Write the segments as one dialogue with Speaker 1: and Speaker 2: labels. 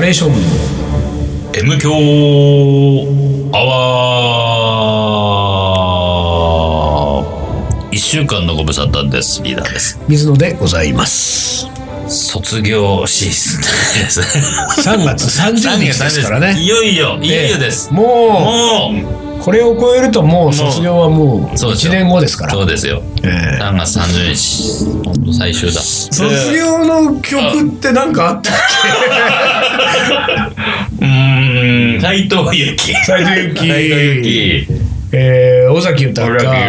Speaker 1: ネーション
Speaker 2: M 強アワー一週間のご無沙汰ですリーダーです
Speaker 1: 水野でございます
Speaker 2: 卒業シーズンです
Speaker 1: 3月30日ですからね
Speaker 2: いよいよいよいよです、
Speaker 1: ええも
Speaker 2: も
Speaker 1: うこれを超えるともう卒業はもう
Speaker 2: そうです
Speaker 1: 1
Speaker 2: よ
Speaker 1: 年後ですか
Speaker 2: う
Speaker 1: ら
Speaker 2: そうですよ
Speaker 1: ええ
Speaker 2: 3月30日本当最終だ
Speaker 1: 卒業の曲ってなんかあった
Speaker 2: うーん斎藤由貴
Speaker 1: 斉藤由貴
Speaker 2: 斉藤由貴
Speaker 1: えー尾崎豊
Speaker 2: 俺はビ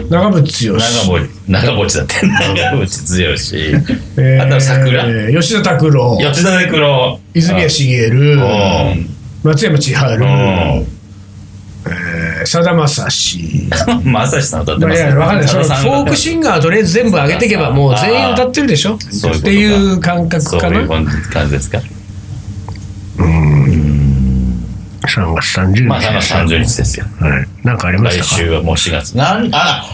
Speaker 2: ールだ
Speaker 1: 長
Speaker 2: か
Speaker 1: 渕剛
Speaker 2: 長渕長渕だって長渕剛
Speaker 1: えー
Speaker 2: あとは桜
Speaker 1: 吉田拓郎
Speaker 2: 吉田拓郎
Speaker 1: 泉谷茂
Speaker 2: うん
Speaker 1: 松山千春
Speaker 2: うん
Speaker 1: えーさだまさし
Speaker 2: まさしさん歌っ
Speaker 1: ま
Speaker 2: て
Speaker 1: あ
Speaker 2: ま
Speaker 1: い
Speaker 2: す
Speaker 1: や
Speaker 2: ね。
Speaker 1: わかんないそ
Speaker 2: さ
Speaker 1: の
Speaker 2: だ
Speaker 1: フ
Speaker 2: さん
Speaker 1: ォークシンガーとりあえず全部上げていけばもう全員歌ってるでしょっ
Speaker 2: そういうことか
Speaker 1: ていう感覚
Speaker 2: そ
Speaker 1: か
Speaker 2: ういう
Speaker 1: な
Speaker 2: 感じ感じですか。
Speaker 1: 3月30日
Speaker 2: まあ3月30日ですよ。
Speaker 1: はいなんかありま
Speaker 2: 来
Speaker 1: したか
Speaker 2: 週はもう4月。なんあら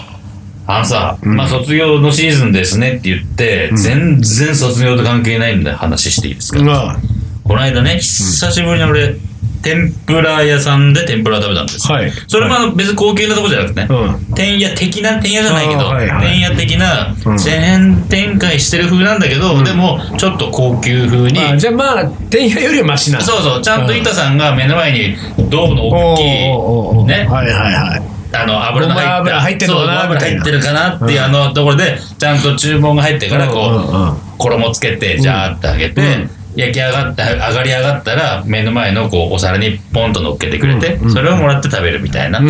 Speaker 2: あのさ、まあ卒業のシーズンですねって言って、全然卒業と関係ないんで話していいですか。
Speaker 1: あ
Speaker 2: この間ね、久しぶりに俺、天ぷら屋さんで天ぷら食べたんです
Speaker 1: あは
Speaker 2: よ。
Speaker 1: い
Speaker 2: それもあの別に高級なとこじゃなくてね、
Speaker 1: う
Speaker 2: 天屋的な天屋じゃないけど、
Speaker 1: あーはいはい
Speaker 2: 天屋的な
Speaker 1: うん
Speaker 2: チェーン展開してる風なんだけど、でもちょっと高級風に
Speaker 1: まあじゃあまあ天野よりはマシなんだ
Speaker 2: そうそう、ちゃんと板さんが目の前に銅の大
Speaker 1: おうお
Speaker 2: き
Speaker 1: うおうお
Speaker 2: いうね、
Speaker 1: はいはいはい
Speaker 2: あの油の入った
Speaker 1: ごま油入ってるの
Speaker 2: そ
Speaker 1: か
Speaker 2: うご
Speaker 1: な
Speaker 2: ま油入
Speaker 1: み
Speaker 2: ったて
Speaker 1: い
Speaker 2: るかなっていうあのところで、ちゃんと注文が入ってからこう、
Speaker 1: うんうんうん
Speaker 2: 衣つけてジャーってあげて、
Speaker 1: うん
Speaker 2: 焼き上がった上がり上がったら目の前のこうお皿にポンと乗っけてくれて、
Speaker 1: うんうん
Speaker 2: それをもらって食べるみたいな、
Speaker 1: うん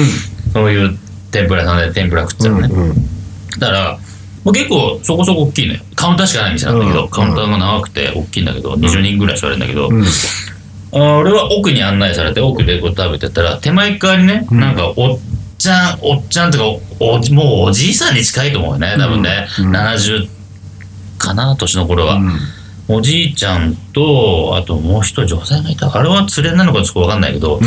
Speaker 2: そういう天ぷらさんで天ぷら食ってたのね、
Speaker 1: うんうん
Speaker 2: だから、もう結構そこそこ大きいのよ。カウンターしかない店なんだけど、
Speaker 1: うん
Speaker 2: カウンターが長くて大きいんだけど、20人ぐらい座れるんだけど、
Speaker 1: ん
Speaker 2: あー俺は奥に案内されて、奥でこう食べてたら、手前側にね、なんかおっちゃん、おっちゃんとかおおじ、もうおじいさんに近いと思うよね、多分ね。70かな、年の頃は。おじいちゃんと、あともう一人女性がいた。あれは連れなのかちょっとわかんないけど、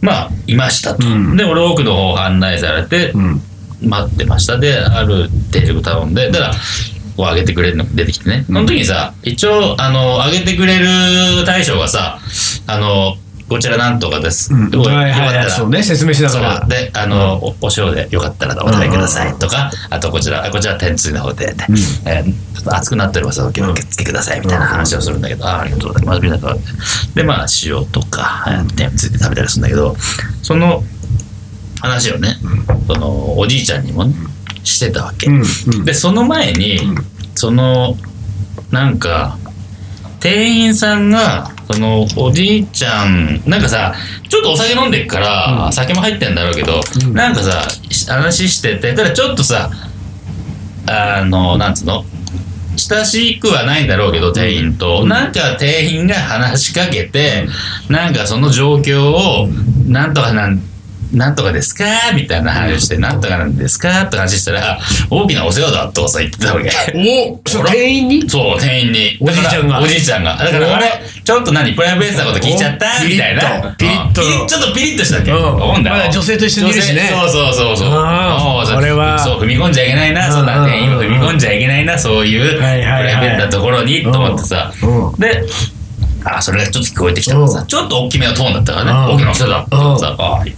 Speaker 2: まあ、いましたと。
Speaker 1: うん
Speaker 2: で、俺奥の方案内されて、
Speaker 1: うんうん
Speaker 2: 待ってましたである定食頼んでだからこう上げてくれるのが出てきてねその時にさ一応あの上げてくれる大将がさあのこちらなんとかです、
Speaker 1: うん
Speaker 2: よ
Speaker 1: はい
Speaker 2: よ
Speaker 1: はい
Speaker 2: か
Speaker 1: は
Speaker 2: った
Speaker 1: い
Speaker 2: ら
Speaker 1: そうね説明しな
Speaker 2: そ
Speaker 1: がら
Speaker 2: うであの、おお塩でよかったらお食べくださいとか、あとこちらあこちら天つゆの方で、ねえーちょっと熱くなっておりますのでお気をつけくださいみたいな話をするんだけど、あーありがとうございますみたいなでまあ塩とかえー天つゆで食べたりするんだけどその話をね、そのおじいちゃんにもね、してたわけ、
Speaker 1: うん
Speaker 2: でその前に、そのなんか店員さんがそのおじいちゃんなんかさちょっとお酒飲んでっから、酒も入ってんだろうけど、
Speaker 1: うん
Speaker 2: なんかさし話しててただちょっとさあのなんつうの親しくはないんだろうけど店員と、なんか店員が話しかけて、なんかその状況をなんとかなんなんとかですかみたいな話をして、なんとかなんですかって話したら、大きなお世話だとかさ言ってたわけ。
Speaker 1: うんおそう店員に
Speaker 2: そう、店員に。
Speaker 1: おじいちゃんが
Speaker 2: だからおじいちゃんが。だから、あれ、ちょっと何、プライベートなこと聞いちゃった
Speaker 1: お
Speaker 2: みたいな。
Speaker 1: ピリッと
Speaker 2: うん
Speaker 1: ピリッと
Speaker 2: ピリちょっとピリッとしたっけ
Speaker 1: うん
Speaker 2: 思んよ
Speaker 1: まだ女性と一緒にいるしね
Speaker 2: 女性そうそうそうそう。
Speaker 1: あー
Speaker 2: もうそう
Speaker 1: これは
Speaker 2: そう、踏み込んじゃいけないな、そん
Speaker 1: うん
Speaker 2: な
Speaker 1: うん
Speaker 2: 店員も踏み込んじゃいけないな、そういう、プラ
Speaker 1: は
Speaker 2: イ
Speaker 1: い
Speaker 2: ベ
Speaker 1: はいはい
Speaker 2: ートなところに、と思ってさ。
Speaker 1: うん
Speaker 2: で、あ、それがちょっと聞こえてきたから
Speaker 1: う
Speaker 2: さ、
Speaker 1: ん
Speaker 2: ちょっと大きめのトーンだったから
Speaker 1: う
Speaker 2: ね、
Speaker 1: ん
Speaker 2: 大きなお世話だと思ってさ、あー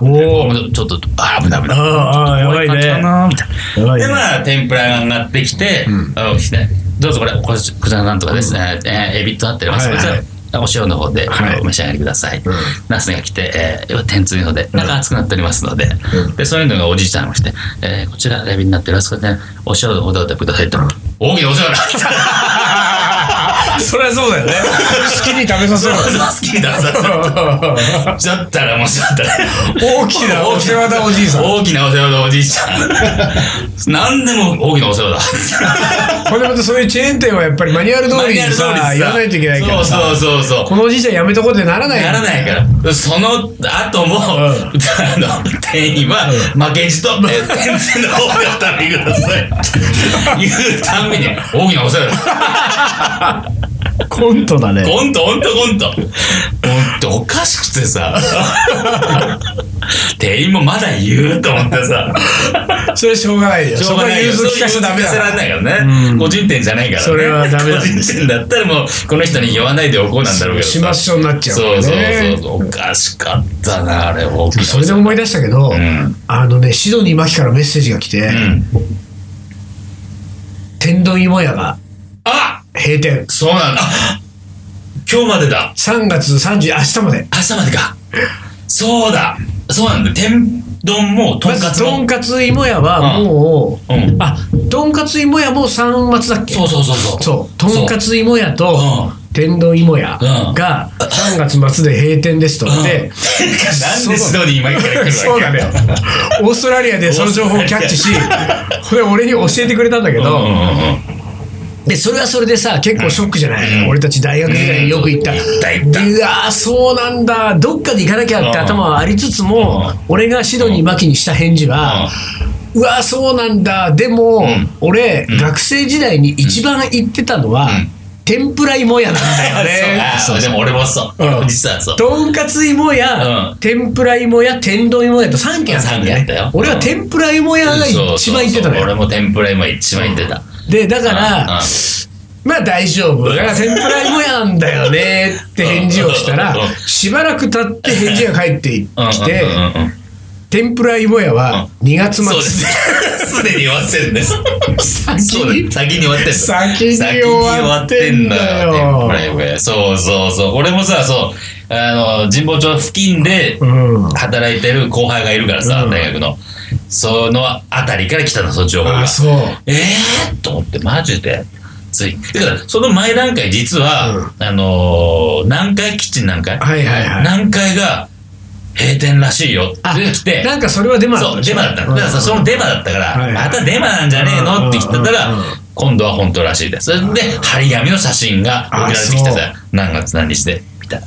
Speaker 1: おお
Speaker 2: ちょっと、あー、危ない危ない。
Speaker 1: ああやばい
Speaker 2: こうう感じか
Speaker 1: ね
Speaker 2: なみたいな。
Speaker 1: やばい
Speaker 2: で
Speaker 1: ね
Speaker 2: まあ天ぷらが上がってきて、あの来てどうぞこれこちこちらなんとかですね、えーエビとなっております、
Speaker 1: はいはい
Speaker 2: こちらお塩の方で、
Speaker 1: はい
Speaker 2: あのお召し上がりください、
Speaker 1: ん
Speaker 2: ナスが来て、えー、天つゆの方でなんか熱くなっておりますので,、でそういうのがおじいちゃんもして、えーこちらエビになっておりますこれねお塩の方でお食べくださいと、大きなお世話
Speaker 1: そりゃそうだよね好きに食べさせ ろ
Speaker 2: だ好きださちょっとら面白かったね
Speaker 1: 大きなお世話だおじいさん
Speaker 2: 大きなお世話だおじいちゃん 何でも大きなお世話だ
Speaker 1: これでまたそういうチェーン店はやっぱりマニュアル通りにさ言わないといけないからさ
Speaker 2: そうそうそうそ
Speaker 1: このおじいちゃんやめとこうってなら
Speaker 2: う
Speaker 1: ない
Speaker 2: ならないからその後も、あの店員は負けじとって天然の方を食べくださいって言うたんびに大きなお世話だ
Speaker 1: コントだね
Speaker 2: コントコントコントコントおかしくてさ店員もまだ言うと思ってさ
Speaker 1: それしょうがないよ。そこは融通聞かしちゃダメ
Speaker 2: そういう融通聞かせられ
Speaker 1: だ。
Speaker 2: ないからね、
Speaker 1: うん
Speaker 2: 個人店じゃないからね
Speaker 1: それはダメなん
Speaker 2: 個
Speaker 1: で
Speaker 2: 人店だったらもうこの人に言わないでおこうなんだろうけどさ
Speaker 1: 始末書になっちゃう
Speaker 2: そ
Speaker 1: か
Speaker 2: う
Speaker 1: ら
Speaker 2: そう
Speaker 1: ね。
Speaker 2: そうそうおかしかったなあれ大きな
Speaker 1: それで思い出したけど、
Speaker 2: ん
Speaker 1: あのね、シドニー・マキからメッセージが来て、
Speaker 2: うん
Speaker 1: 天丼芋屋が
Speaker 2: あ
Speaker 1: 閉店。
Speaker 2: そうなんだあ今日までだ
Speaker 1: 3月30、明日まで。
Speaker 2: 明日までかそうだそうなんだ天丼もと
Speaker 1: ま
Speaker 2: んかつ
Speaker 1: ず、とん
Speaker 2: も
Speaker 1: かつ芋屋はもう、
Speaker 2: うん
Speaker 1: あ、とんかつ芋屋も3月だっけ
Speaker 2: そうそうそうそう
Speaker 1: そう、とんかつ芋屋と
Speaker 2: う
Speaker 1: 天丼芋屋が3月末で閉店ですと。
Speaker 2: う
Speaker 1: で、
Speaker 2: ん なんでシドニー今から来るわけ
Speaker 1: そうだね。オーストラリアでその情報をキャッチし
Speaker 2: オース、
Speaker 1: これ俺に教えてくれたんだけ
Speaker 2: うんう
Speaker 1: ど、
Speaker 2: んうん
Speaker 1: で、それはそれでさ、結構ショックじゃない、
Speaker 2: うん
Speaker 1: 俺たち大学時代によく行った。
Speaker 2: うん行った行った
Speaker 1: うわーそうなんだ。どっかで行かなきゃって頭はありつつも、
Speaker 2: うん
Speaker 1: 俺がシドニー・マキにした返事は、うわーそうなんだでも、
Speaker 2: ん
Speaker 1: 俺、
Speaker 2: うん
Speaker 1: 学生時代に一番行ってたのは、
Speaker 2: ん
Speaker 1: 天ぷら芋屋なんだよね
Speaker 2: そうあでも俺もそう、
Speaker 1: うん
Speaker 2: 実はそう
Speaker 1: とんかつ芋屋、
Speaker 2: うん
Speaker 1: 天ぷら芋屋天丼芋屋と3軒あったんだよ
Speaker 2: 三軒あった
Speaker 1: ね
Speaker 2: よ
Speaker 1: 俺は天ぷら芋屋が
Speaker 2: そう
Speaker 1: 一番行ってたの
Speaker 2: そうそう俺
Speaker 1: よ
Speaker 2: も天ぷら今一番行ってた、
Speaker 1: でだか
Speaker 2: うんうん
Speaker 1: らまあ大丈夫だから天ぷら芋屋なんだよねって返事をしたら
Speaker 2: うんうん
Speaker 1: しばらく経って返事が返ってきて
Speaker 2: うんうんうんうん
Speaker 1: 天ぷら芋屋は2月
Speaker 2: そうです
Speaker 1: 末
Speaker 2: ねすでに終わってんね
Speaker 1: 先
Speaker 2: そう
Speaker 1: に
Speaker 2: だ先に終わってんの
Speaker 1: 先に終わってんだよ
Speaker 2: 先に終わってんのよ天ぷら屋そうそうそう俺もさそうあの神保町付近で
Speaker 1: うん
Speaker 2: 働いてる後輩がいるからさ、
Speaker 1: うん
Speaker 2: 大学のその辺りから来たのそっちを
Speaker 1: ああそう
Speaker 2: ええー、と思ってマジでついだからその前段階実は、あのー南海キッチン南海、
Speaker 1: はいはいはい
Speaker 2: 南海が閉店らしいよ
Speaker 1: あ
Speaker 2: って来て
Speaker 1: なんかそれはデマだっ
Speaker 2: そ
Speaker 1: た
Speaker 2: う
Speaker 1: でし
Speaker 2: デ
Speaker 1: ょ
Speaker 2: マだったのだからさそのデマだったから、
Speaker 1: はいはい
Speaker 2: またデマなんじゃねえのって来てたら、
Speaker 1: うんうんうん
Speaker 2: 今度は本当らしいですそれで張り紙の写真が送られてきて
Speaker 1: あそ
Speaker 2: さ何月何日でみたいな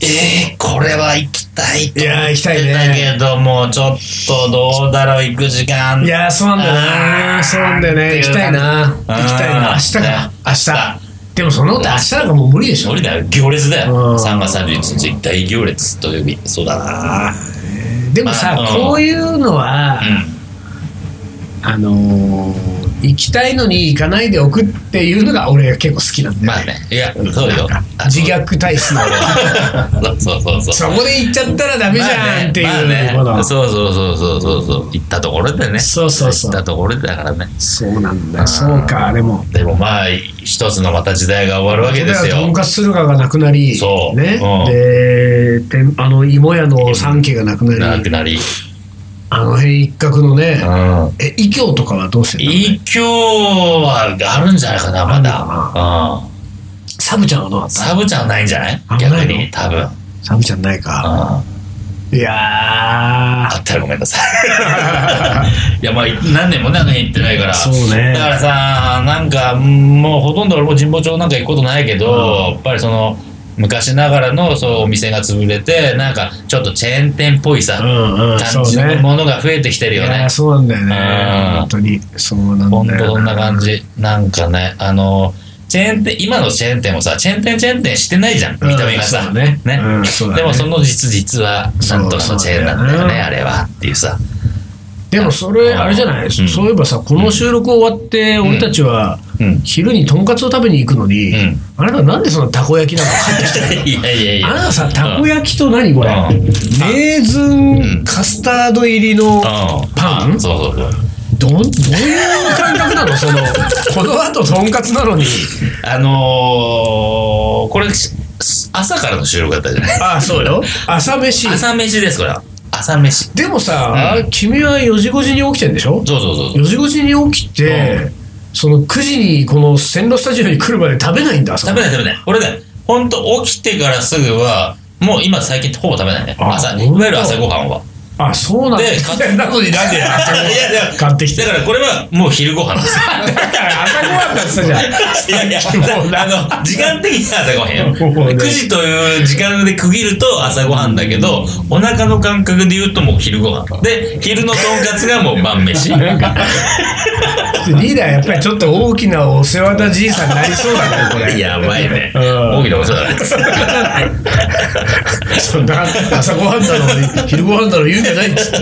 Speaker 2: えー、これは行きたいと思
Speaker 1: いやー
Speaker 2: っ
Speaker 1: 行き
Speaker 2: て
Speaker 1: たいね
Speaker 2: たけどもちょっとどうだろう行く時間
Speaker 1: いやーそうなんだよ
Speaker 2: あ
Speaker 1: な
Speaker 2: ー
Speaker 1: そうなんだよね行きたいな行きたいな
Speaker 2: うん
Speaker 1: 明日か
Speaker 2: 明
Speaker 1: 明
Speaker 2: 日
Speaker 1: 日でもその他明日なんかもう無理でしょ
Speaker 2: 無理だよ行列だよ
Speaker 1: うん
Speaker 2: 3月31日大行列土曜日そうだな
Speaker 1: でもさ
Speaker 2: まあうん
Speaker 1: こういうのは
Speaker 2: うん
Speaker 1: あのー行きたいのに行かないでおくっていうのが俺が結構好きなんだよ
Speaker 2: まあねいやそうよ
Speaker 1: 自虐体質な俺
Speaker 2: そうそうそう
Speaker 1: そうこで行っちゃったらダメじゃんって
Speaker 2: まあ
Speaker 1: い
Speaker 2: ね
Speaker 1: うも
Speaker 2: まあ
Speaker 1: の
Speaker 2: ねそうそうそうそうそうそう行ったところでね
Speaker 1: そうそうそう
Speaker 2: 行ったところでだからね
Speaker 1: そうなんだよそうかでも
Speaker 2: でもまあ一つのまた時代が終わるわけです
Speaker 1: と
Speaker 2: よ
Speaker 1: んかつ駿河がなくなり
Speaker 2: そう
Speaker 1: ね
Speaker 2: うん
Speaker 1: でてんあの芋屋の三家がなくな
Speaker 2: 長く
Speaker 1: り
Speaker 2: なり
Speaker 1: あの辺一角のね
Speaker 2: うん
Speaker 1: え、異教とかはどうしてんの
Speaker 2: 一挙はあるんじゃないかなまだうん
Speaker 1: サブちゃんはどうだった
Speaker 2: サブちゃんはないんじゃない
Speaker 1: あ
Speaker 2: 逆
Speaker 1: ないの
Speaker 2: に多分うん
Speaker 1: サブちゃんないか。
Speaker 2: あ
Speaker 1: いやー。
Speaker 2: ったらごめんなさい いやまあ何年もねあの辺行ってないから
Speaker 1: そうね
Speaker 2: だからさなんかうんもうほとんど俺も神保町なんか行くことないけど、
Speaker 1: う
Speaker 2: やっぱりその昔ながらのそうお店が潰れてなんかちょっとチェーン店っぽいさ、
Speaker 1: うんうん、そ
Speaker 2: 感
Speaker 1: う
Speaker 2: じの
Speaker 1: ね。
Speaker 2: ものが増えてきてる
Speaker 1: い
Speaker 2: よ
Speaker 1: や
Speaker 2: ね
Speaker 1: ーそうなんだよね。
Speaker 2: うん
Speaker 1: 本当に。そうなんだよ
Speaker 2: ほんとそんな感じなんかねあのチェーン店今のチェーン店もさチェーン店チェーン店してないじゃん見た目がさ、
Speaker 1: うんそうねうんそうだね
Speaker 2: でもその実実はなんとかのチェーンなんだ
Speaker 1: そうそ
Speaker 2: よ
Speaker 1: う
Speaker 2: ね
Speaker 1: だよね
Speaker 2: あれはっていうさ
Speaker 1: でもそれ、
Speaker 2: うん
Speaker 1: あれじゃない、
Speaker 2: うん
Speaker 1: そういえばさ、この収録終わって、俺たちは、
Speaker 2: うん
Speaker 1: 昼にとんかつを食べに行くのに、
Speaker 2: うん
Speaker 1: あなたなんでそのたこ焼きなの買ってきたの
Speaker 2: いやいやいや
Speaker 1: あなたさ、たこ焼きと何これ、
Speaker 2: うん
Speaker 1: レーズン、
Speaker 2: うん
Speaker 1: カスタード入りの、
Speaker 2: うん
Speaker 1: パン
Speaker 2: そうそうそう
Speaker 1: どん、どういう感覚なのその、この後とんかつなのに。
Speaker 2: あのー、これし朝からの収録だったじゃない
Speaker 1: ああ、そうよ。朝飯。
Speaker 2: 朝飯ですこれは朝飯
Speaker 1: でもさ、
Speaker 2: うん
Speaker 1: 君は4時5時に起きてんでしょ
Speaker 2: そうそうそうそう
Speaker 1: ?4 時5時に起きて、
Speaker 2: う
Speaker 1: その9時にこの線路スタジオに来るまで食べないんだ、朝
Speaker 2: 食べない食べない俺ねほんと起きてからすぐはもう今最近ほぼ食べないね
Speaker 1: あ
Speaker 2: 朝
Speaker 1: ほん
Speaker 2: い
Speaker 1: と
Speaker 2: わゆる朝ごはんは
Speaker 1: あそうなんだ
Speaker 2: で買って
Speaker 1: なのになんでや
Speaker 2: いやいや
Speaker 1: 買ってきて
Speaker 2: だからこれはもう昼ご飯です。
Speaker 1: だから朝ごはんだってさじゃん
Speaker 2: いやいや、 あの、時間的には朝ごはん よ。
Speaker 1: もうね
Speaker 2: 9時という時間で区切ると朝ごはんだけど、お腹の感覚で言うともう昼ごはん。で、昼のとんかつがもう晩飯。
Speaker 1: なんかリーダーやっぱりちょっと大きなお世話なじいさんになりそうだねこれ
Speaker 2: やばいね。
Speaker 1: うん
Speaker 2: 大きなことだね。
Speaker 1: そんな朝ごはんだろう昼ごはんだろう言うんじゃないっつって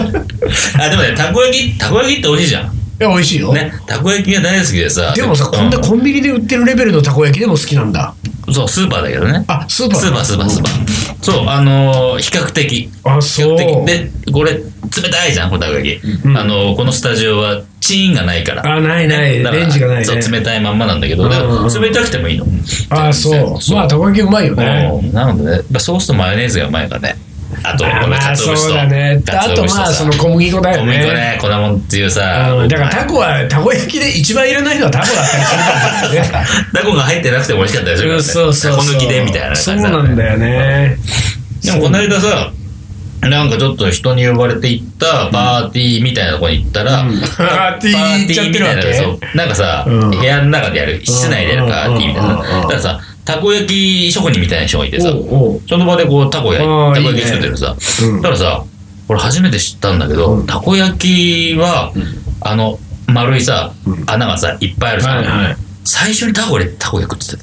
Speaker 2: あ、でもね、たこ焼き、たこ焼きって美味しいじゃん。
Speaker 1: いや美味しいよ、
Speaker 2: ね、たこ焼きが大好きでさ。
Speaker 1: でもさこんなコンビニで売ってるレベルのたこ焼きでも好きなんだ
Speaker 2: うんそう、スーパーだけどね。
Speaker 1: あスーパー
Speaker 2: スーパー、スーパー、スーパー。そう、あのー比較的。
Speaker 1: あ
Speaker 2: 比
Speaker 1: そ
Speaker 2: 較
Speaker 1: う
Speaker 2: 的。で、これ、冷たいじゃん、このたこ焼き。
Speaker 1: ん
Speaker 2: あのーこのスタジオは、チーンがないから。
Speaker 1: あないない
Speaker 2: だから
Speaker 1: レンジがないね
Speaker 2: そう冷たいまんまなんだけど、
Speaker 1: うん
Speaker 2: だから冷たくてもいいの
Speaker 1: あそうまあたこ焼きうまいよね
Speaker 2: うんなのでねやっぱソースとマヨネーズがうまいからねあと
Speaker 1: あ
Speaker 2: こ
Speaker 1: ー
Speaker 2: の
Speaker 1: まあ
Speaker 2: かつお節
Speaker 1: そう
Speaker 2: と
Speaker 1: だねあとまあその小麦粉だ
Speaker 2: 小
Speaker 1: よ
Speaker 2: 麦粉
Speaker 1: ね
Speaker 2: ね粉もんっていうさ
Speaker 1: うんだからタコはたこ焼きで一番いらないのはタコだったり するからね
Speaker 2: ダコが入ってなくても美味しかったりするからね
Speaker 1: そうそう
Speaker 2: タ
Speaker 1: そう
Speaker 2: コ抜きでみたいな感じ
Speaker 1: そう
Speaker 2: だね
Speaker 1: なんだよね
Speaker 2: でもこの間さなんかちょっと人に呼ばれて行ったパーティーみたいなとこに行ったら、
Speaker 1: うんパーティー行っちゃってるわけ
Speaker 2: パーティーみたいなそうなんかさ、
Speaker 1: うん
Speaker 2: 部屋の中でやる室内でやるパーティーみたいな
Speaker 1: うんうんうんうん
Speaker 2: だからさたこ焼き職人みたいな人がいてさ
Speaker 1: おうおう
Speaker 2: その場でこうたこ焼
Speaker 1: あー
Speaker 2: きたこ
Speaker 1: いい
Speaker 2: 焼
Speaker 1: ね
Speaker 2: き作ってるさ
Speaker 1: うん
Speaker 2: だからさ俺初めて知ったんだけど、
Speaker 1: うん
Speaker 2: たこ焼きは、あの丸いさ、穴がさいっぱいあるじゃん、
Speaker 1: はいはい
Speaker 2: 最初にタコ入れてたこ焼き食ってた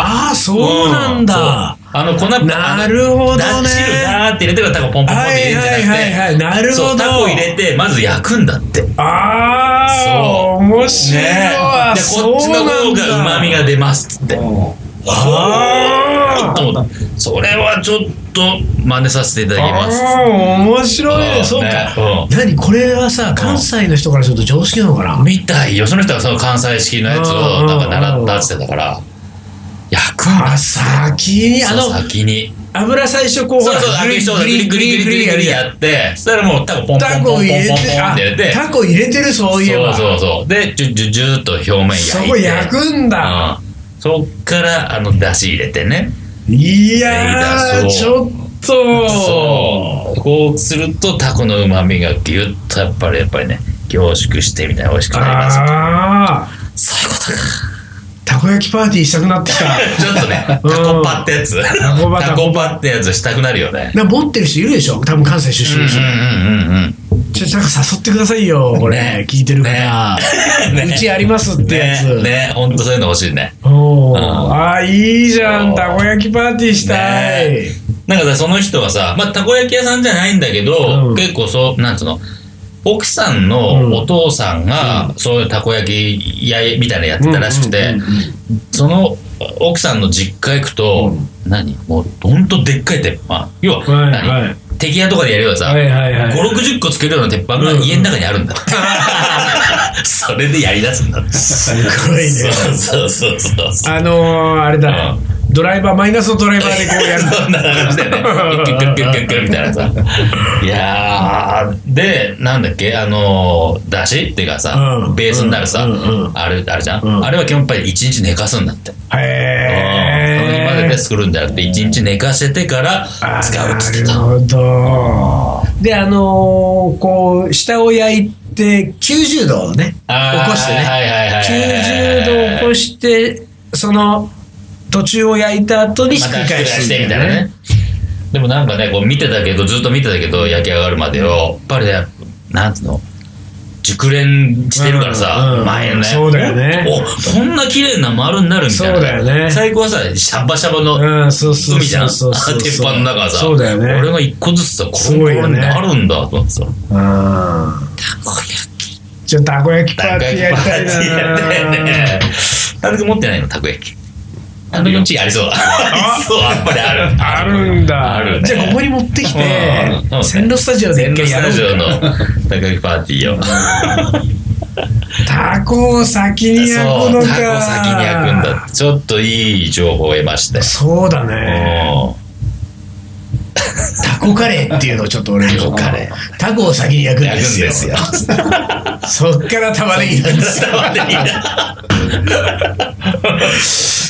Speaker 1: ああそうなんだ
Speaker 2: そうあの粉
Speaker 1: なるほどね
Speaker 2: だ汁ダーって入れてからタコポンポンポンって入れるんじゃなくて、
Speaker 1: はいはいはいはいなるほど
Speaker 2: そうタコ入れてまず焼くんだってね
Speaker 1: ああ
Speaker 2: そう
Speaker 1: 面白い
Speaker 2: で
Speaker 1: わ
Speaker 2: こっちの方がうまみが出ますっつって
Speaker 1: あ
Speaker 2: と思ったそれはちょっと真似させていただきます
Speaker 1: あー面白いねそうか
Speaker 2: か
Speaker 1: 何これはさ関西の人からすると常識なのかな
Speaker 2: みたいよその人がその関西式のやつ
Speaker 1: う
Speaker 2: を
Speaker 1: ん
Speaker 2: なんか習ったっつってたから焼くんだ
Speaker 1: あ先にあ
Speaker 2: そう
Speaker 1: の
Speaker 2: 先に
Speaker 1: 油最初こう
Speaker 2: そうそう
Speaker 1: グリ
Speaker 2: そう
Speaker 1: グリ
Speaker 2: グ
Speaker 1: グ
Speaker 2: リ
Speaker 1: リ
Speaker 2: グ
Speaker 1: グ
Speaker 2: リ
Speaker 1: リ
Speaker 2: グ
Speaker 1: やる
Speaker 2: リ
Speaker 1: やん
Speaker 2: やってそしたらもうタコポンポン
Speaker 1: タ
Speaker 2: ポンポンポ
Speaker 1: コ
Speaker 2: ンポン
Speaker 1: 入れて
Speaker 2: って入れて
Speaker 1: あタコ入れてるそういえば
Speaker 2: そうそうそうでジュジュジューっと表面焼いて
Speaker 1: そこ焼くんだ
Speaker 2: うん、そっからあの出汁入れてね
Speaker 1: い
Speaker 2: い
Speaker 1: やー
Speaker 2: いだ
Speaker 1: ち
Speaker 2: そ
Speaker 1: ょっと
Speaker 2: そうこうするとタコのうまみがギュッとやっぱりやっぱりね凝縮してみたいな美味しくなります
Speaker 1: ああ
Speaker 2: そういうことか
Speaker 1: たこ焼きパーティーしたくなってきた
Speaker 2: ちょっとねタ
Speaker 1: うん
Speaker 2: コパってやつタ
Speaker 1: コパ
Speaker 2: パってやつしたくなるよね
Speaker 1: な持ってる人いるでしょ多分関西出
Speaker 2: うん
Speaker 1: 身
Speaker 2: う
Speaker 1: の人、
Speaker 2: んうんうん
Speaker 1: ちょっとなんか誘ってくださいよこれ、
Speaker 2: ね
Speaker 1: 聞いてるから、
Speaker 2: ねね
Speaker 1: うちありますってやつ、
Speaker 2: ねねほんとそういうの欲しいね
Speaker 1: おー
Speaker 2: うん
Speaker 1: ああいいじゃ
Speaker 2: そ
Speaker 1: ん
Speaker 2: う
Speaker 1: たこ焼きパーティーしたい、
Speaker 2: ねなんかさその人はさ、まあ、たこ焼き屋さんじゃないんだけど、
Speaker 1: うん
Speaker 2: 結構そうなんつうの奥さんのお父さんが、そういうたこ焼き屋みたいなのやってたらしくて、
Speaker 1: うんうんうん
Speaker 2: その奥さんの実家行くと、何もうほんとでっかい鉄板要は、
Speaker 1: はい
Speaker 2: 何
Speaker 1: はい
Speaker 2: 敵屋とかでやるようなさ、
Speaker 1: はいはいはい
Speaker 2: 560個つけるような鉄板が
Speaker 1: うん
Speaker 2: 家の中にあるんだって、それでやりだすんだってす
Speaker 1: ごいね
Speaker 2: そうそうそうそう
Speaker 1: あのー、あれだ、
Speaker 2: う
Speaker 1: ドライバーマイナスのドライバーでこうやる
Speaker 2: そんな感じだよね。キュッキュッキュッキュッキュッみたいなさ。いやー、で、なんだっけ、あのー、だしっていうかさ、
Speaker 1: うん
Speaker 2: ベースになるさ、
Speaker 1: うんうんうん
Speaker 2: あれ、あれじゃん、
Speaker 1: うん
Speaker 2: あれは基本やっぱり1日寝かすんだって。うんその日まで
Speaker 1: へ
Speaker 2: で
Speaker 1: ー
Speaker 2: 作るんじゃなくて、1日寝かせてから
Speaker 1: あー
Speaker 2: 使うっつって
Speaker 1: な
Speaker 2: た。
Speaker 1: るほどであのー、こう下を焼いて90度をね
Speaker 2: あー
Speaker 1: 起こしてね、
Speaker 2: はいはいはいはい
Speaker 1: 90度起こしてその途中を焼いた後にひ
Speaker 2: ま
Speaker 1: ったくり
Speaker 2: ひ
Speaker 1: 返
Speaker 2: っくり返
Speaker 1: す
Speaker 2: してみ
Speaker 1: んだ
Speaker 2: たい
Speaker 1: よ
Speaker 2: なね。でもなんかね、こう見てたけど、ずっと見てたけど、焼き上がるまでを、やっぱりね、なんつうの、熟練してるから
Speaker 1: うんうん
Speaker 2: さ
Speaker 1: う、ん
Speaker 2: 前のね。
Speaker 1: そうだよね
Speaker 2: お、こんな綺麗な丸になるみたいな。
Speaker 1: そうだよね
Speaker 2: 最高はさ、シャバシャバの
Speaker 1: うん、そうそう
Speaker 2: 海じゃ
Speaker 1: そ
Speaker 2: ん。
Speaker 1: う
Speaker 2: 鉄
Speaker 1: そうそう
Speaker 2: 板の中はさ。
Speaker 1: そうだよね
Speaker 2: 俺が一個ずつさ、こ
Speaker 1: す
Speaker 2: ん
Speaker 1: ご
Speaker 2: ない
Speaker 1: よ
Speaker 2: に
Speaker 1: ね
Speaker 2: なるんだと思ってさ。
Speaker 1: うんちょっとたこ焼きパーティーやりたいな
Speaker 2: ね。たく持ってないの、たこ焼き。たこ焼きありそうだ。ありそう、やっぱりある。
Speaker 1: あるんだ
Speaker 2: あるね
Speaker 1: じゃあここに持ってきて
Speaker 2: うんそうね
Speaker 1: 線路スタジオで
Speaker 2: 全
Speaker 1: 一
Speaker 2: 路
Speaker 1: 回
Speaker 2: ス
Speaker 1: や
Speaker 2: タジ
Speaker 1: ろ
Speaker 2: オ
Speaker 1: う
Speaker 2: の
Speaker 1: か
Speaker 2: たこ焼きパーティーを。
Speaker 1: たこを先に焼
Speaker 2: そ
Speaker 1: く
Speaker 2: う、
Speaker 1: の
Speaker 2: タ
Speaker 1: か
Speaker 2: コ先に焼くんだって。ちょっといい情報を得まして。
Speaker 1: そうだね
Speaker 2: おー
Speaker 1: タコカレーっていうのをちょっと俺
Speaker 2: タコカレ
Speaker 1: タコを先に焼くんで
Speaker 2: 焼くん
Speaker 1: すよ
Speaker 2: ですよ。
Speaker 1: そっから玉ねぎなんです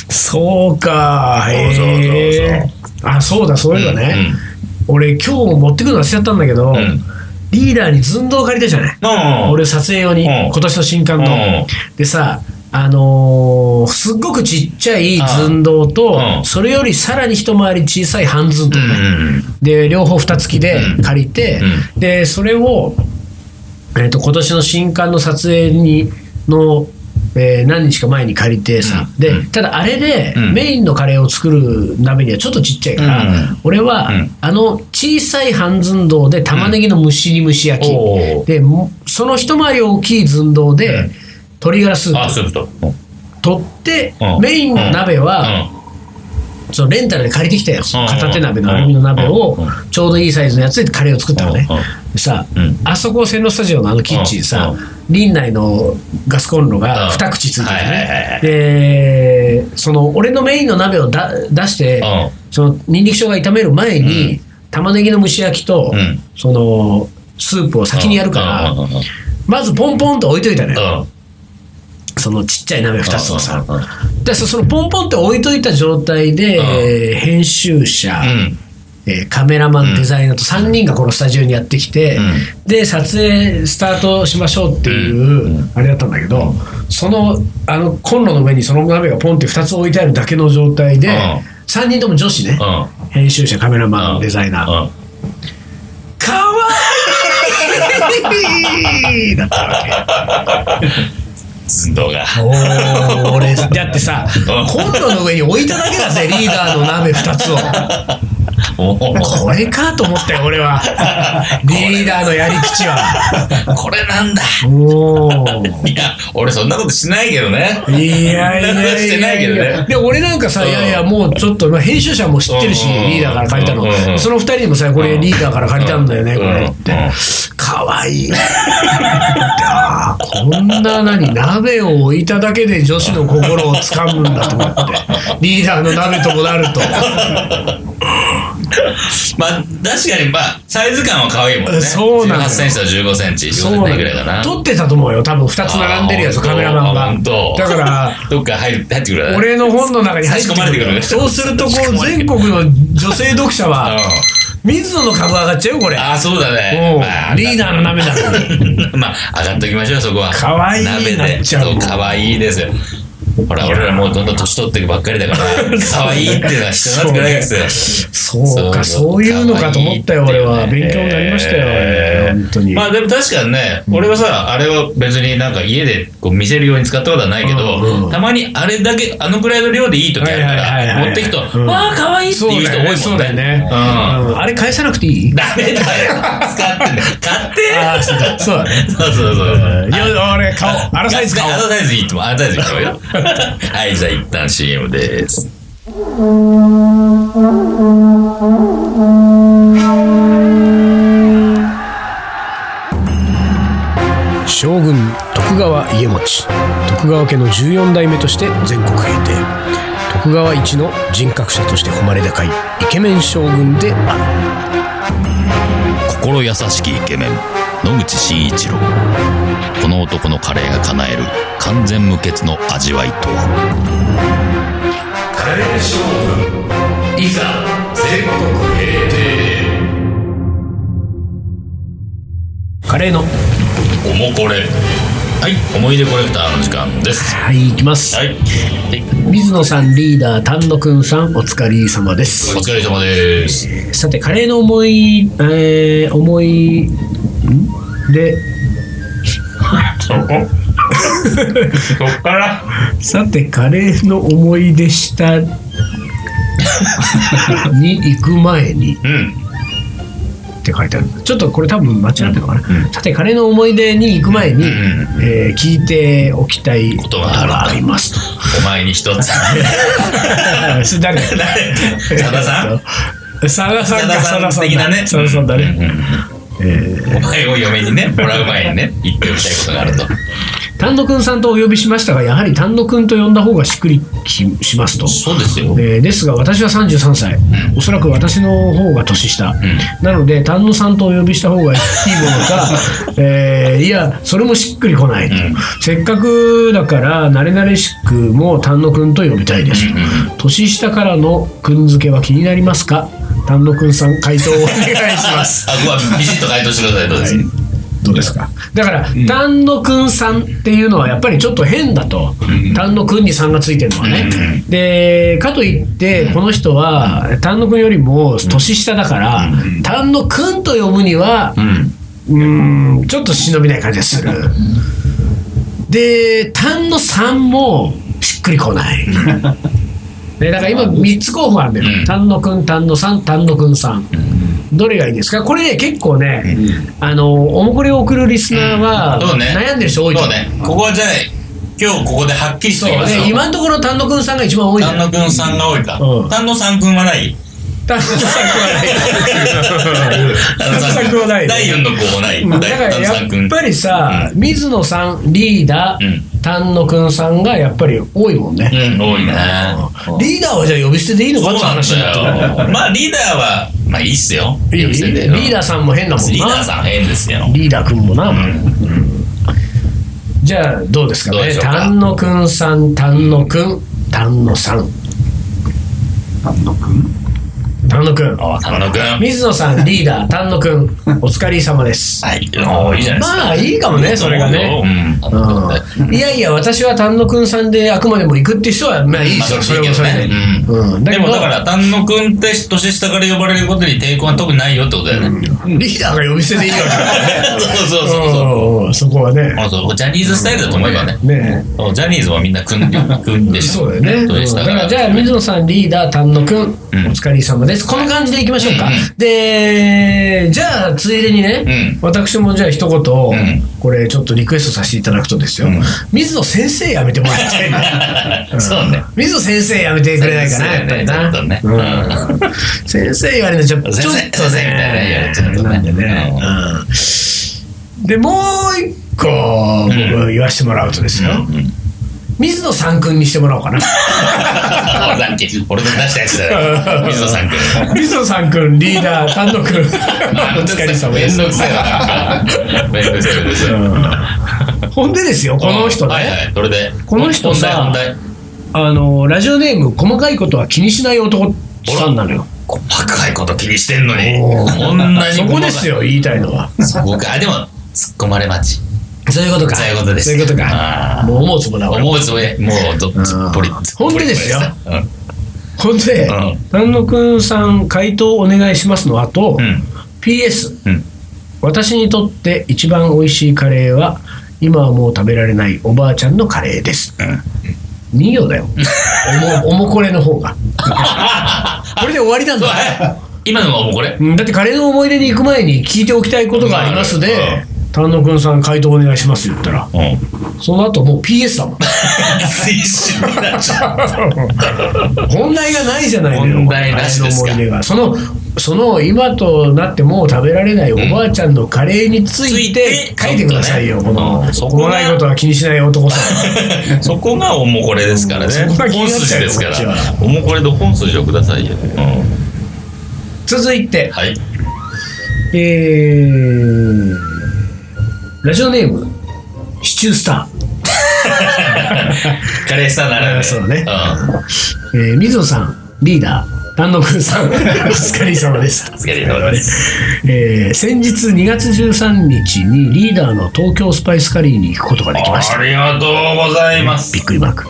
Speaker 1: よそうか
Speaker 2: そうそうそうそう
Speaker 1: へえあそうだそういえばね、俺今日持ってくるの忘れちゃったんだけど、
Speaker 2: うん
Speaker 1: リーダーに寸胴借りたじゃない、
Speaker 2: うん
Speaker 1: 俺撮影用に、
Speaker 2: うん
Speaker 1: 今年の新刊の、
Speaker 2: うん
Speaker 1: でさあのーすっごくちっちゃい寸胴と、
Speaker 2: うん
Speaker 1: それよりさらに一回り小さい半寸胴
Speaker 2: う
Speaker 1: ね、
Speaker 2: ん
Speaker 1: で両方蓋付きで
Speaker 2: うん
Speaker 1: 借りて、
Speaker 2: う
Speaker 1: でそれを、えー、と今年の新刊の撮影にの、えー何日か前に借りてさ、
Speaker 2: うんう
Speaker 1: で
Speaker 2: ん
Speaker 1: ただあれで、
Speaker 2: うん
Speaker 1: メインのカレーを作る鍋にはちょっとちっちゃいから、
Speaker 2: うん
Speaker 1: 俺は、
Speaker 2: うん
Speaker 1: あの小さい半寸胴で玉ねぎの蒸し煮蒸し焼き、
Speaker 2: おー
Speaker 1: でもその一回り大きい寸胴で、
Speaker 2: うん
Speaker 1: 鶏ガラスー
Speaker 2: あ
Speaker 1: プ
Speaker 2: そういうことうん
Speaker 1: 取って、
Speaker 2: うん
Speaker 1: メインの鍋は、そのレンタルで借りてきたよ
Speaker 2: うん
Speaker 1: 片手鍋のアルミの鍋を
Speaker 2: うん
Speaker 1: ちょうどいいサイズのやつでカレーを作ったのね
Speaker 2: うん
Speaker 1: でさ
Speaker 2: うん
Speaker 1: あそこ線路スタジオのあのキッチンさ
Speaker 2: うん
Speaker 1: 林内のガスコンロ
Speaker 2: う
Speaker 1: が
Speaker 2: ん
Speaker 1: 2口ついて
Speaker 2: はい
Speaker 1: て
Speaker 2: はいはいは
Speaker 1: ね
Speaker 2: い
Speaker 1: でその俺のメインの鍋をだ出して
Speaker 2: うん
Speaker 1: そのニンニク生姜炒める前
Speaker 2: う
Speaker 1: に玉ねぎの蒸し焼きと
Speaker 2: うん
Speaker 1: そのスープを先にやるから
Speaker 2: うんうんうんうん
Speaker 1: まずポンポンと置いといたのよ
Speaker 2: うん
Speaker 1: そのちっちゃい鍋2つをさ
Speaker 2: うんうんうん
Speaker 1: でそそのポンポンって置いといた状態で
Speaker 2: うん
Speaker 1: えー編集者
Speaker 2: うん
Speaker 1: えーカメラマン、デザイナーと3人がこのスタジオにやってきて、
Speaker 2: う
Speaker 1: で撮影スタートしましょうっていう、
Speaker 2: うん
Speaker 1: あれだったんだけど、そのあのコンロの上にその鍋がポンって2つ置いてあるだけの状態で、
Speaker 2: うん
Speaker 1: 3人とも女子ね、
Speaker 2: う
Speaker 1: 編集者カメラマン、
Speaker 2: ん
Speaker 1: デザイナー、
Speaker 2: うん
Speaker 1: かわいい だったわけ。
Speaker 2: 寸胴が
Speaker 1: おー 俺だってさコンロの上に置いただけだぜリーダーの鍋2つを
Speaker 2: おー
Speaker 1: これかと思ったよ俺 はリーダーのやり口は。
Speaker 2: これなんだ
Speaker 1: お
Speaker 2: いや俺そんなことしないけどね
Speaker 1: いやいやいや
Speaker 2: して
Speaker 1: い
Speaker 2: な
Speaker 1: や
Speaker 2: いけどね
Speaker 1: で俺なんかさ、
Speaker 2: うん
Speaker 1: いやいやもうちょっと、まあ、編集者も知ってるし、
Speaker 2: うん
Speaker 1: リーダーから借りたの、
Speaker 2: うん
Speaker 1: その二人にもさこれ
Speaker 2: うん
Speaker 1: リーダーから借りたんだよね、
Speaker 2: うん
Speaker 1: これって、
Speaker 2: うん
Speaker 1: かわいいあーこんな何鍋を置いただけで女子の心をつかむんだと思ってリーダーの鍋ともなると
Speaker 2: まあ確かにまあサイズ感は可愛いもんね
Speaker 1: そうなのよ
Speaker 2: 18センチと15センチ15
Speaker 1: そう
Speaker 2: セン
Speaker 1: な
Speaker 2: チ
Speaker 1: の
Speaker 2: ぐらいかな
Speaker 1: よ撮ってたと思うよ多分2つ並んでるやつ
Speaker 2: あー
Speaker 1: カメラマン
Speaker 2: 本
Speaker 1: が
Speaker 2: 当
Speaker 1: だから
Speaker 2: どっか入る入ってくる
Speaker 1: 俺の本の中に入って
Speaker 2: 差し込まれてくる
Speaker 1: そうするとこ
Speaker 2: 差し込
Speaker 1: う
Speaker 2: まれて
Speaker 1: 全
Speaker 2: く
Speaker 1: 国の女性読者
Speaker 2: うん
Speaker 1: は水野の株上がっちゃうよこれ
Speaker 2: ああそうだね
Speaker 1: おう
Speaker 2: まあ
Speaker 1: リーダーの鍋だ
Speaker 2: まあ上がっときましょうそこは
Speaker 1: 可愛い
Speaker 2: 鍋
Speaker 1: なっ
Speaker 2: で
Speaker 1: ちゃう
Speaker 2: そう可愛いですよほら
Speaker 1: いや
Speaker 2: 俺らもうどんどん年取っていくばっ かりだから可愛いっていうのは必要になってくるわけですよ
Speaker 1: そうかそういうのかと思ったよ俺は
Speaker 2: 可愛い
Speaker 1: 勉
Speaker 2: って
Speaker 1: 強
Speaker 2: いう
Speaker 1: に
Speaker 2: ね
Speaker 1: なりました
Speaker 2: え
Speaker 1: よ
Speaker 2: ー
Speaker 1: 本当に
Speaker 2: まあでも確かにね、俺はさ、あれは別になんか家でこう見せるように使ったことはないけ
Speaker 1: うんう
Speaker 2: ど、
Speaker 1: ん
Speaker 2: たまにあれだけ、あのくらいの量でいい時あるか
Speaker 1: はいはいはいは
Speaker 2: ら、
Speaker 1: い
Speaker 2: 持ってくと、
Speaker 1: うん
Speaker 2: わあ、可愛いって
Speaker 1: そう
Speaker 2: いう人
Speaker 1: だ
Speaker 2: 多い
Speaker 1: よ
Speaker 2: も
Speaker 1: ね
Speaker 2: んね。
Speaker 1: そうだよね
Speaker 2: うん。
Speaker 1: うんあれ返さなくていい
Speaker 2: ダメだよ。使ってんだよ。買って
Speaker 1: あーそうだそうだ ね
Speaker 2: そうそうそうそう。
Speaker 1: いや俺顔あらサイズ顔
Speaker 2: アドサイズいいっても、アドサイズいいと思うよ。はい、じゃあ一旦 CM です。
Speaker 1: 将軍徳川家持徳川家の14代目として全国平定徳川一の人格者として誉れ高いイケメン将軍である
Speaker 2: 心優しきイケメン野口真一郎この男のカレーが叶える完全無欠の味わいとはカレー勝負いざ全国平定
Speaker 1: カレーの
Speaker 2: おもこれはい思い出コレクターの時間です
Speaker 1: はい行きます
Speaker 2: はい
Speaker 1: 水野さんリーダー丹野くんさんお疲れ様で
Speaker 2: お
Speaker 1: す
Speaker 2: 疲れ様です
Speaker 1: さてカレーの思い、えー思いんで
Speaker 2: そこ そっから
Speaker 1: さてカレーの思い出した に行く前に
Speaker 2: うん
Speaker 1: って書いてあるちょっとこれ多分間違ってるのかな、
Speaker 2: うん
Speaker 1: さてカレーの思い出に行く前に、
Speaker 2: うん
Speaker 1: えー聞いておきたいこと
Speaker 2: があ
Speaker 1: りますと
Speaker 2: お前に一つ
Speaker 1: そ れ 誰だ
Speaker 2: さださん
Speaker 1: さださんか
Speaker 2: さ
Speaker 1: さださ
Speaker 2: ださん
Speaker 1: ん
Speaker 2: 的な
Speaker 1: だ
Speaker 2: ね
Speaker 1: さださんだね、
Speaker 2: うんうんうん
Speaker 1: えー
Speaker 2: お前を嫁にね、もらう前にね、言っておきたいことがあると。
Speaker 1: 丹野くんさんとお呼びしましたがやはり丹野くんと呼んだ方がしっくりきしますと、
Speaker 2: そうですよ。
Speaker 1: えーですが私は33歳、
Speaker 2: ん
Speaker 1: おそらく私の方が年下、なので丹野さんとお呼びした方がいいもの か、えーいやそれもしっくりこないと、
Speaker 2: うん
Speaker 1: せっかくだから慣れ慣れしくも丹野くんと呼びたいです、
Speaker 2: うんうん
Speaker 1: 年下からのくん付けは気になりますか丹野くんさん回答をお願いします
Speaker 2: あ、ここはビシッと回答してください。どうですか、
Speaker 1: どうですかだから丹野くんさんっていうのはやっぱりちょっと変だと
Speaker 2: ん
Speaker 1: 丹野くんにさんがついてるのはね
Speaker 2: う
Speaker 1: でかといってこの人は丹野くんよりも年下だから
Speaker 2: うん
Speaker 1: 丹野くんと呼ぶには
Speaker 2: うん。
Speaker 1: うーんちょっと忍びない感じがするで丹野さんもしっくりこないねだから今3つ候補あるんだ
Speaker 2: う
Speaker 1: よ
Speaker 2: ん
Speaker 1: 丹野くん丹野さん丹野くんさんどれがいいですかこれね結構ね、あのおもこれを送るリスナーは
Speaker 2: そうね
Speaker 1: 悩んでる人多いと
Speaker 2: そ
Speaker 1: 思
Speaker 2: う
Speaker 1: う,、
Speaker 2: ね。ここはじゃあ、今日ここではっきりして
Speaker 1: そう
Speaker 2: ま
Speaker 1: ね
Speaker 2: すよ
Speaker 1: 今のところ丹野くんさんが一番多いじゃ
Speaker 2: 丹
Speaker 1: ん
Speaker 2: 野くんさんが多いか
Speaker 1: うん。
Speaker 2: 丹野さんくんはない
Speaker 1: 丹野さん は
Speaker 2: 丹野
Speaker 1: さん
Speaker 2: さん
Speaker 1: くんはない
Speaker 2: 第4の子もない。
Speaker 1: ないだから
Speaker 2: 丹野さ
Speaker 1: や
Speaker 2: んくん
Speaker 1: っ。ぱりさ、水野さんリーダー、
Speaker 2: うん
Speaker 1: 丹野くんさんがやっぱり多いもんね、
Speaker 2: うん、多いね。
Speaker 1: リーダーはじゃあ呼び捨てでいいの
Speaker 2: そ
Speaker 1: か
Speaker 2: う
Speaker 1: って
Speaker 2: なん
Speaker 1: 話になってくる
Speaker 2: だよ。まあ、リーダーは、まあいいっすよ。
Speaker 1: いい
Speaker 2: 呼び捨てで
Speaker 1: リーダーさんも変だもんな
Speaker 2: リーダーさん変ですよ。
Speaker 1: リーダーくんもな、
Speaker 2: うん
Speaker 1: じゃあどうですか
Speaker 2: どう
Speaker 1: ね
Speaker 2: でしょうか
Speaker 1: 丹野くんさん丹野くん丹野さん
Speaker 3: 丹野くん
Speaker 1: 丹野くん
Speaker 2: あ、丹野くん。は
Speaker 1: 水野さんリーダー丹野くんお疲れ様です
Speaker 2: い。 おーいいじゃないですか。
Speaker 1: まあいいかもねそれがね
Speaker 2: うん。
Speaker 1: うんいやいや私は丹野くんさんであくまでも行くって人はまあいいですよそれもそれで、うんだ
Speaker 2: で
Speaker 1: けど
Speaker 2: もだから丹野くんって年下から呼ばれることに抵抗は特にないよってことだよね。
Speaker 1: リーダーが呼び捨てでいいわけだからね
Speaker 2: そうそうそうそう。
Speaker 1: うんうんそこはね
Speaker 2: まあそうジャニーズスタイルだと思えばね。
Speaker 1: ね
Speaker 2: そうジャニーズはみんな組んで、組ん で
Speaker 1: そうだよね、うん
Speaker 2: 年下
Speaker 1: だ
Speaker 2: か。
Speaker 1: かららじゃあ水野さんリーダー丹野くん、
Speaker 2: ん
Speaker 1: お疲れ様ですこの感じでいきましょうか、
Speaker 2: うんうん
Speaker 1: でじゃあついでにね、
Speaker 2: う
Speaker 1: 私もじゃあ一言、
Speaker 2: ん
Speaker 1: これちょっとリクエストさせていただくとですよ、
Speaker 2: うん
Speaker 1: 水野先生やめてもらいたい な
Speaker 2: そうね。
Speaker 1: 水野先生やめてくれないかなやっぱりな、
Speaker 2: 先生ねちょっとね
Speaker 1: うん先生言われるのちょっと
Speaker 2: 先生
Speaker 1: ちょっと
Speaker 2: 先生みたいな言わ
Speaker 1: ね
Speaker 2: れちゃうとね
Speaker 1: なんでね、うんでもう一個僕言わしてもらうとですよ、
Speaker 2: うんうん
Speaker 1: 水野さんくんにしてもらおうかな
Speaker 2: さっき俺の出したやつだよ。水野さんくん。
Speaker 1: 水野さんくんリーダー単独お疲れ様で
Speaker 2: めん
Speaker 1: す
Speaker 2: どくせえな。めんどくせえです。
Speaker 1: ほんでですよこの人ね、
Speaker 2: はいはい、それで。
Speaker 1: この人さ
Speaker 2: 本題、本
Speaker 1: あのラジオネーム細かいことは気にしない男さんなのよ
Speaker 2: 題。細かいこと気にしてんのに。
Speaker 1: おー
Speaker 2: こんなに。
Speaker 1: そこです。よ言いたいのは
Speaker 2: そこか。でも、突っ込まれ待ち。
Speaker 1: そういうことか
Speaker 2: そういうことです。
Speaker 1: そういうことか
Speaker 2: あー
Speaker 1: もう思うつもりだ俺
Speaker 2: 思うつもり、もうどっちっぽり
Speaker 1: うん。ほんでですよ
Speaker 2: う
Speaker 1: ほんで
Speaker 2: うん
Speaker 1: 丹野くんさん回答お願いしますの後、
Speaker 2: ん。うん。
Speaker 1: PS
Speaker 2: うん。
Speaker 1: 私にとって一番美味しいカレーは今はもう食べられないおばあちゃんのカレーです、2行だ よおもおもこれの方が これで終わりなん
Speaker 2: そう
Speaker 1: だ
Speaker 2: はい今のはもうこれ。
Speaker 1: うんだってカレーの思い出に行く前に聞いておきたいことがありますで丹野くんさん回答お願いします言ったら
Speaker 2: うん。
Speaker 1: その後もう PS だもん
Speaker 2: 一緒になっちゃう。
Speaker 1: 本題がないじゃないのよ
Speaker 2: 本題なしですか
Speaker 1: カレーの思い出がそのその今となってもう食べられないおばあちゃんのカレーについて
Speaker 2: うん
Speaker 1: 書いてくださいよ、
Speaker 2: ついて
Speaker 1: この
Speaker 2: うんそこが
Speaker 1: 細かいことは気にしない男さん
Speaker 2: そこがおもこれですからね
Speaker 1: そこが。気に
Speaker 2: 本
Speaker 1: なっちゃ
Speaker 2: 筋
Speaker 1: うよ
Speaker 2: ですから
Speaker 1: こっちは。
Speaker 2: おもこれで本筋をくださいよ。うん
Speaker 1: 続いて、
Speaker 2: はい。
Speaker 1: えー、ラジオネームシチュースタ
Speaker 2: カレーさんなら
Speaker 1: あ
Speaker 2: ね。
Speaker 1: そうね
Speaker 2: ん。
Speaker 1: ー、えー、水野さんリーダー丹野くん さんお疲れ様でした、
Speaker 2: お疲れ様です。
Speaker 1: えー、先日2月13日にリーダーの東京スパイスカリーに行くことができました
Speaker 2: ありがとうございます
Speaker 1: びっ。くりマーク、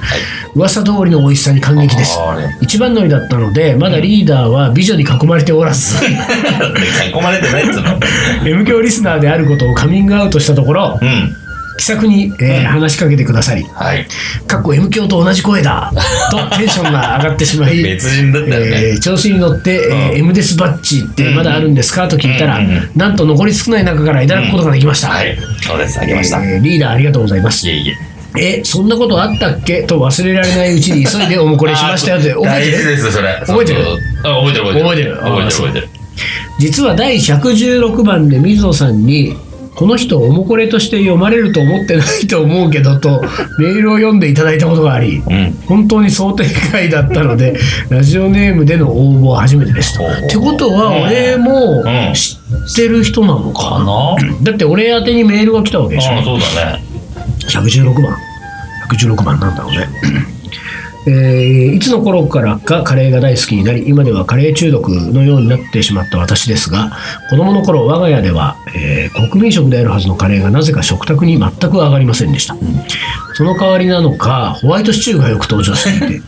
Speaker 1: 噂通りの美味しさに感激です
Speaker 2: あれ
Speaker 1: 一番乗りだったのでまだリーダーは美女に囲まれておらず
Speaker 2: 囲まれてないっつうの。
Speaker 1: M 教リスナーであることをカミングアウトしたところ
Speaker 2: うん。
Speaker 1: 気さくに、えー
Speaker 2: うん
Speaker 1: 話しかけてくださり
Speaker 2: はい。
Speaker 1: かっこ M 教と同じ声だとテンションが上がってしまい
Speaker 2: 別人だったよ
Speaker 1: え
Speaker 2: ね。
Speaker 1: ー調子に乗って、えー
Speaker 2: うん
Speaker 1: M デスバッジってまだあるんですかと聞いたら、
Speaker 2: うんうんうん
Speaker 1: なんと残り少ない中からいただくことができました、
Speaker 2: はい。そうです。あげました。い
Speaker 1: えーリーダーありがとうございます
Speaker 2: えいえ。
Speaker 1: えそんなことあったっけと忘れられないうちに急いでおもこれしましたよって覚えて
Speaker 2: 大事
Speaker 1: る
Speaker 2: です、それ。
Speaker 1: 覚えてる
Speaker 2: そうそうあ覚えてる、覚えてる。
Speaker 1: 覚えてる
Speaker 2: 覚えてる、覚えてる。
Speaker 1: 実は第116番で水野さんに「この人をおもこれとして読まれると思ってないと思うけど」とメールを読んでいただいたことがあり
Speaker 2: うん。
Speaker 1: 本当に想定外だったの でラジオネームでの応募は初めてですと。
Speaker 2: ほうほう
Speaker 1: ってことは
Speaker 2: うん
Speaker 1: 俺も
Speaker 2: うん
Speaker 1: 知ってる人なのか
Speaker 2: かな
Speaker 1: だって俺宛てにメールが来たわけでしょ
Speaker 2: あそうだね。
Speaker 1: 116番116番なんだろうねええーいつの頃からかカレーが大好きになり今ではカレー中毒のようになってしまった私ですが子供の頃我が家では、えー国民食であるはずのカレーがなぜか食卓に全く上がりませんでした、その代わりなのかホワイトシチューがよく登場していて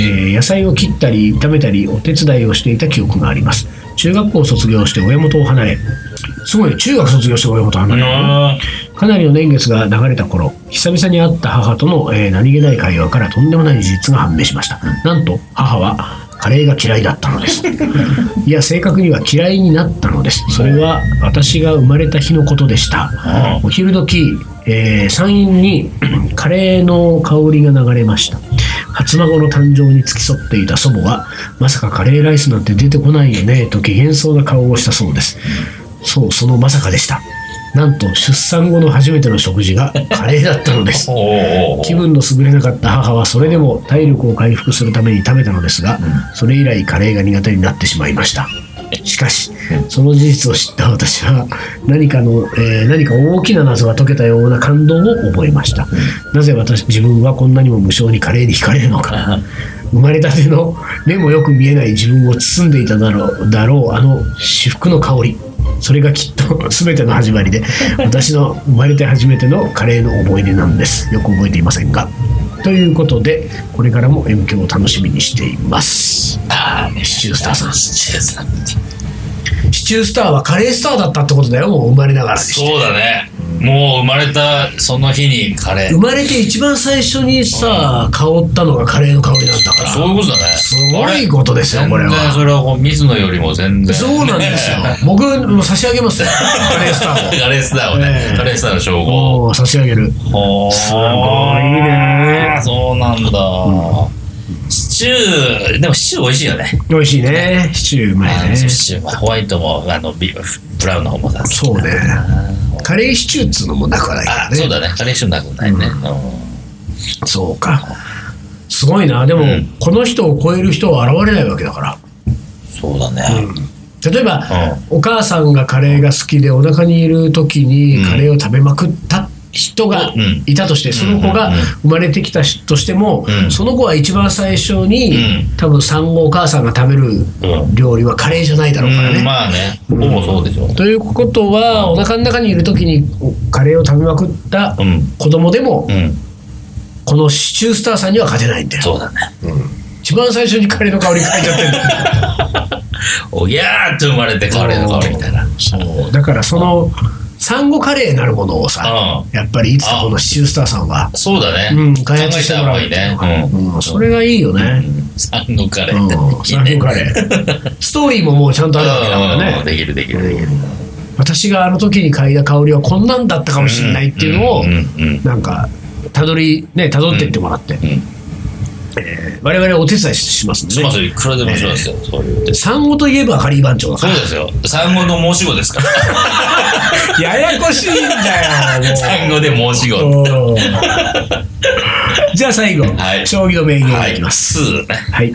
Speaker 1: えー野菜を切ったり炒めたりお手伝いをしていた記憶があります中学校を卒業して親元を離れすごい中学卒業して親元離れたの
Speaker 2: あ
Speaker 1: かなりの年月が流れた頃久々に会った母との、えー何気ない会話からとんでもない事実が判明しましたなんと母はカレーが嫌いだったのですいや正確には嫌いになったのですそれは私が生まれた日のことでした
Speaker 2: あ
Speaker 1: お昼時、えー山陰に カレーの香りが流れました初孫の誕生に付き添っていた祖母は「まさかカレーライスなんて出てこないよね」と機嫌そうな顔をしたそうですそうそのまさかでしたなんと出産後の初めての食事がカレーだったのです
Speaker 2: おおお
Speaker 1: 気分の優れなかった母はそれでも体力を回復するために食べたのですが、それ以来カレーが苦手になってしまいましたしかしその事実を知った私は何かの、えー何か大きな謎が解けたような感動を覚えましたなぜ私自分はこんなにも無性にカレーに惹かれるのか生まれたての目もよく見えない自分を包んでいただろうだろうあの至福の香りそれがきっと 全ての始まりで私の生まれて初めてのカレーの思い出なんですよく覚えていませんがということでこれからも M 響を楽しみにしています
Speaker 2: あー
Speaker 1: シチュースターさん
Speaker 2: シチューさん
Speaker 1: シチュースターはカレースターだったってことだよもう生まれながらにして
Speaker 2: そうだねもう生まれたその日にカレ
Speaker 1: 生
Speaker 2: ー
Speaker 1: まれて一番最初にさ香ったのがカレーの香りなんだから
Speaker 2: そういうことだね
Speaker 1: すごいことですよ
Speaker 2: 全然
Speaker 1: これは
Speaker 2: それはこう水野よりも全然
Speaker 1: そうなんですよ僕もう差し上げますよカレースター
Speaker 2: カレースターを
Speaker 1: え
Speaker 2: ね
Speaker 1: え
Speaker 2: カレースターの称
Speaker 1: を
Speaker 2: 号
Speaker 1: もう差し上げる
Speaker 2: おー
Speaker 1: すごいね
Speaker 2: そうなんだ、シチューでもシチュー美味しいよね
Speaker 1: 美味しいねシチューうまい
Speaker 2: あ
Speaker 1: ね
Speaker 2: のシチューはホワイトもあのビブラウンの方もさ
Speaker 1: そうねカレーシチューっつうのもなくはないから
Speaker 2: あ
Speaker 1: ね
Speaker 2: そうだねカレーシチューなくないね、うん
Speaker 1: そうかすごいなでも、
Speaker 2: うん
Speaker 1: この人を超える人は現れないわけだか
Speaker 2: そうだ
Speaker 1: ら、
Speaker 2: ね、
Speaker 1: 例えば、お母さんがカレーが好きでお腹にいる時に
Speaker 2: うん
Speaker 1: カレーを食べまくった人が
Speaker 2: うん
Speaker 1: いたとして、その子
Speaker 2: うん
Speaker 1: が
Speaker 2: うんうん
Speaker 1: 生まれてきた人としても、
Speaker 2: うん
Speaker 1: その子は一番最初に、
Speaker 2: うん
Speaker 1: 多分産後お母さんが食べる
Speaker 2: うん
Speaker 1: 料理はカレーじゃないだろうからね。
Speaker 2: うんまあねほぼそうでしょう、
Speaker 1: ということはお腹の中にいる時にカレーを食べまくった
Speaker 2: うん
Speaker 1: 子供でも、
Speaker 2: うん、
Speaker 1: このシチュースターさんには勝てないんだよ。
Speaker 2: そうだね
Speaker 1: 一番最初にカレーの香り嗅いじゃ ってるんだよ
Speaker 2: おぎゃーって生まれてカレーの香りみたいな
Speaker 1: そうだからその産後カレーなるものをさ、
Speaker 2: う
Speaker 1: やっぱりいつかこのシチュースターさんは、
Speaker 2: そうだね、
Speaker 1: うん、
Speaker 2: 考
Speaker 1: 開
Speaker 2: え
Speaker 1: 発して
Speaker 2: た
Speaker 1: もら
Speaker 2: 方
Speaker 1: う
Speaker 2: がいいね、うん
Speaker 1: うんそれがいいよね、
Speaker 2: サンドカレ
Speaker 1: う
Speaker 2: ー
Speaker 1: ん
Speaker 2: って、
Speaker 1: 産後 カレーストーリーももうちゃんとあるわけだからね
Speaker 2: うんできるできるできる
Speaker 1: 私があの時に嗅いだ香りはこんなんだったかもしれないっていうのを
Speaker 2: うんうんうん
Speaker 1: なんかたどりねたどってってもらって、
Speaker 2: んうん
Speaker 1: えー我々お手伝いしますんで
Speaker 2: し
Speaker 1: ね
Speaker 2: ますよいくらでもしますよ、そういうの
Speaker 1: 産後といえばカリー番長だか
Speaker 2: そう
Speaker 1: ら
Speaker 2: ですよ産後の申し子ですから
Speaker 1: ややこしいんだよもう
Speaker 2: 産後で申し 子
Speaker 1: おーじゃあ最後、
Speaker 2: はい
Speaker 1: 将棋の名言
Speaker 2: はいい
Speaker 1: きます、
Speaker 2: すね
Speaker 1: はい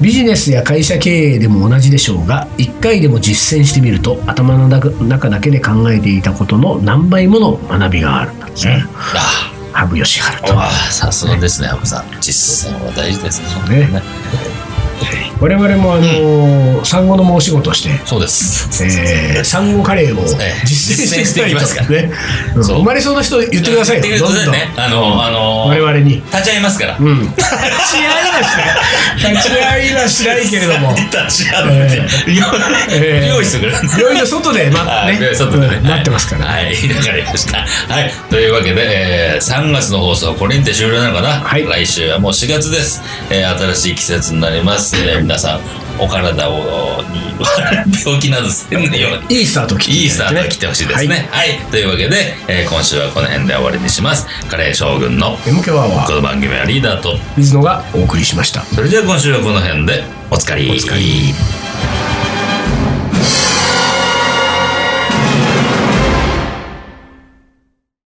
Speaker 1: ビジネスや会社経営でも同じでしょうが1回でも実践してみると頭の中中だけで考えていたことの何倍もの学びがあるんだ
Speaker 2: うんあ
Speaker 1: 羽生善治
Speaker 2: あわあさすがですねハムさん実践は大事ですね
Speaker 1: ね我々もあのー産後の申し子として、
Speaker 2: そうです、
Speaker 1: えー産後カレーを
Speaker 2: ええ
Speaker 1: 実践していきたい
Speaker 2: 実践していきますから
Speaker 1: ねうん
Speaker 2: そう
Speaker 1: 生まれそうな人言ってくださいよ
Speaker 2: 言って
Speaker 1: ど
Speaker 2: く
Speaker 1: んど
Speaker 2: ださ
Speaker 1: ん
Speaker 2: いねあのあの
Speaker 1: 我々に。
Speaker 2: 立ち会いますから
Speaker 1: うん、立ち会いはしない立ち会いはしないけれども
Speaker 2: 立ち会って、
Speaker 1: えー
Speaker 2: 用意してくれる
Speaker 1: 病院の外で待
Speaker 2: は
Speaker 1: っ
Speaker 2: い
Speaker 1: て、ね
Speaker 2: 外でね
Speaker 1: うん待ってますから、
Speaker 2: はい、わかりました。はい、というわけで、えー3月の放送はこれにて終了なのかな、
Speaker 1: はい
Speaker 2: 来週はもう4月です、えー新しい季節になります。えー皆さん、お体を、に 病気などせんように。
Speaker 1: いいスタートを切って
Speaker 2: いい
Speaker 1: い
Speaker 2: スタ
Speaker 1: ただ
Speaker 2: ー
Speaker 1: てね
Speaker 2: ト来てほしいですね。はい、というわけで、えー今週はこの辺で終わりにします。カレー将軍
Speaker 1: は
Speaker 2: の
Speaker 1: い、MK ワー
Speaker 2: こ
Speaker 1: は
Speaker 2: の番組はリーダーと、
Speaker 1: 水野がお送りしました
Speaker 2: それじゃあ今週はこの辺でおつかり。
Speaker 1: おつかり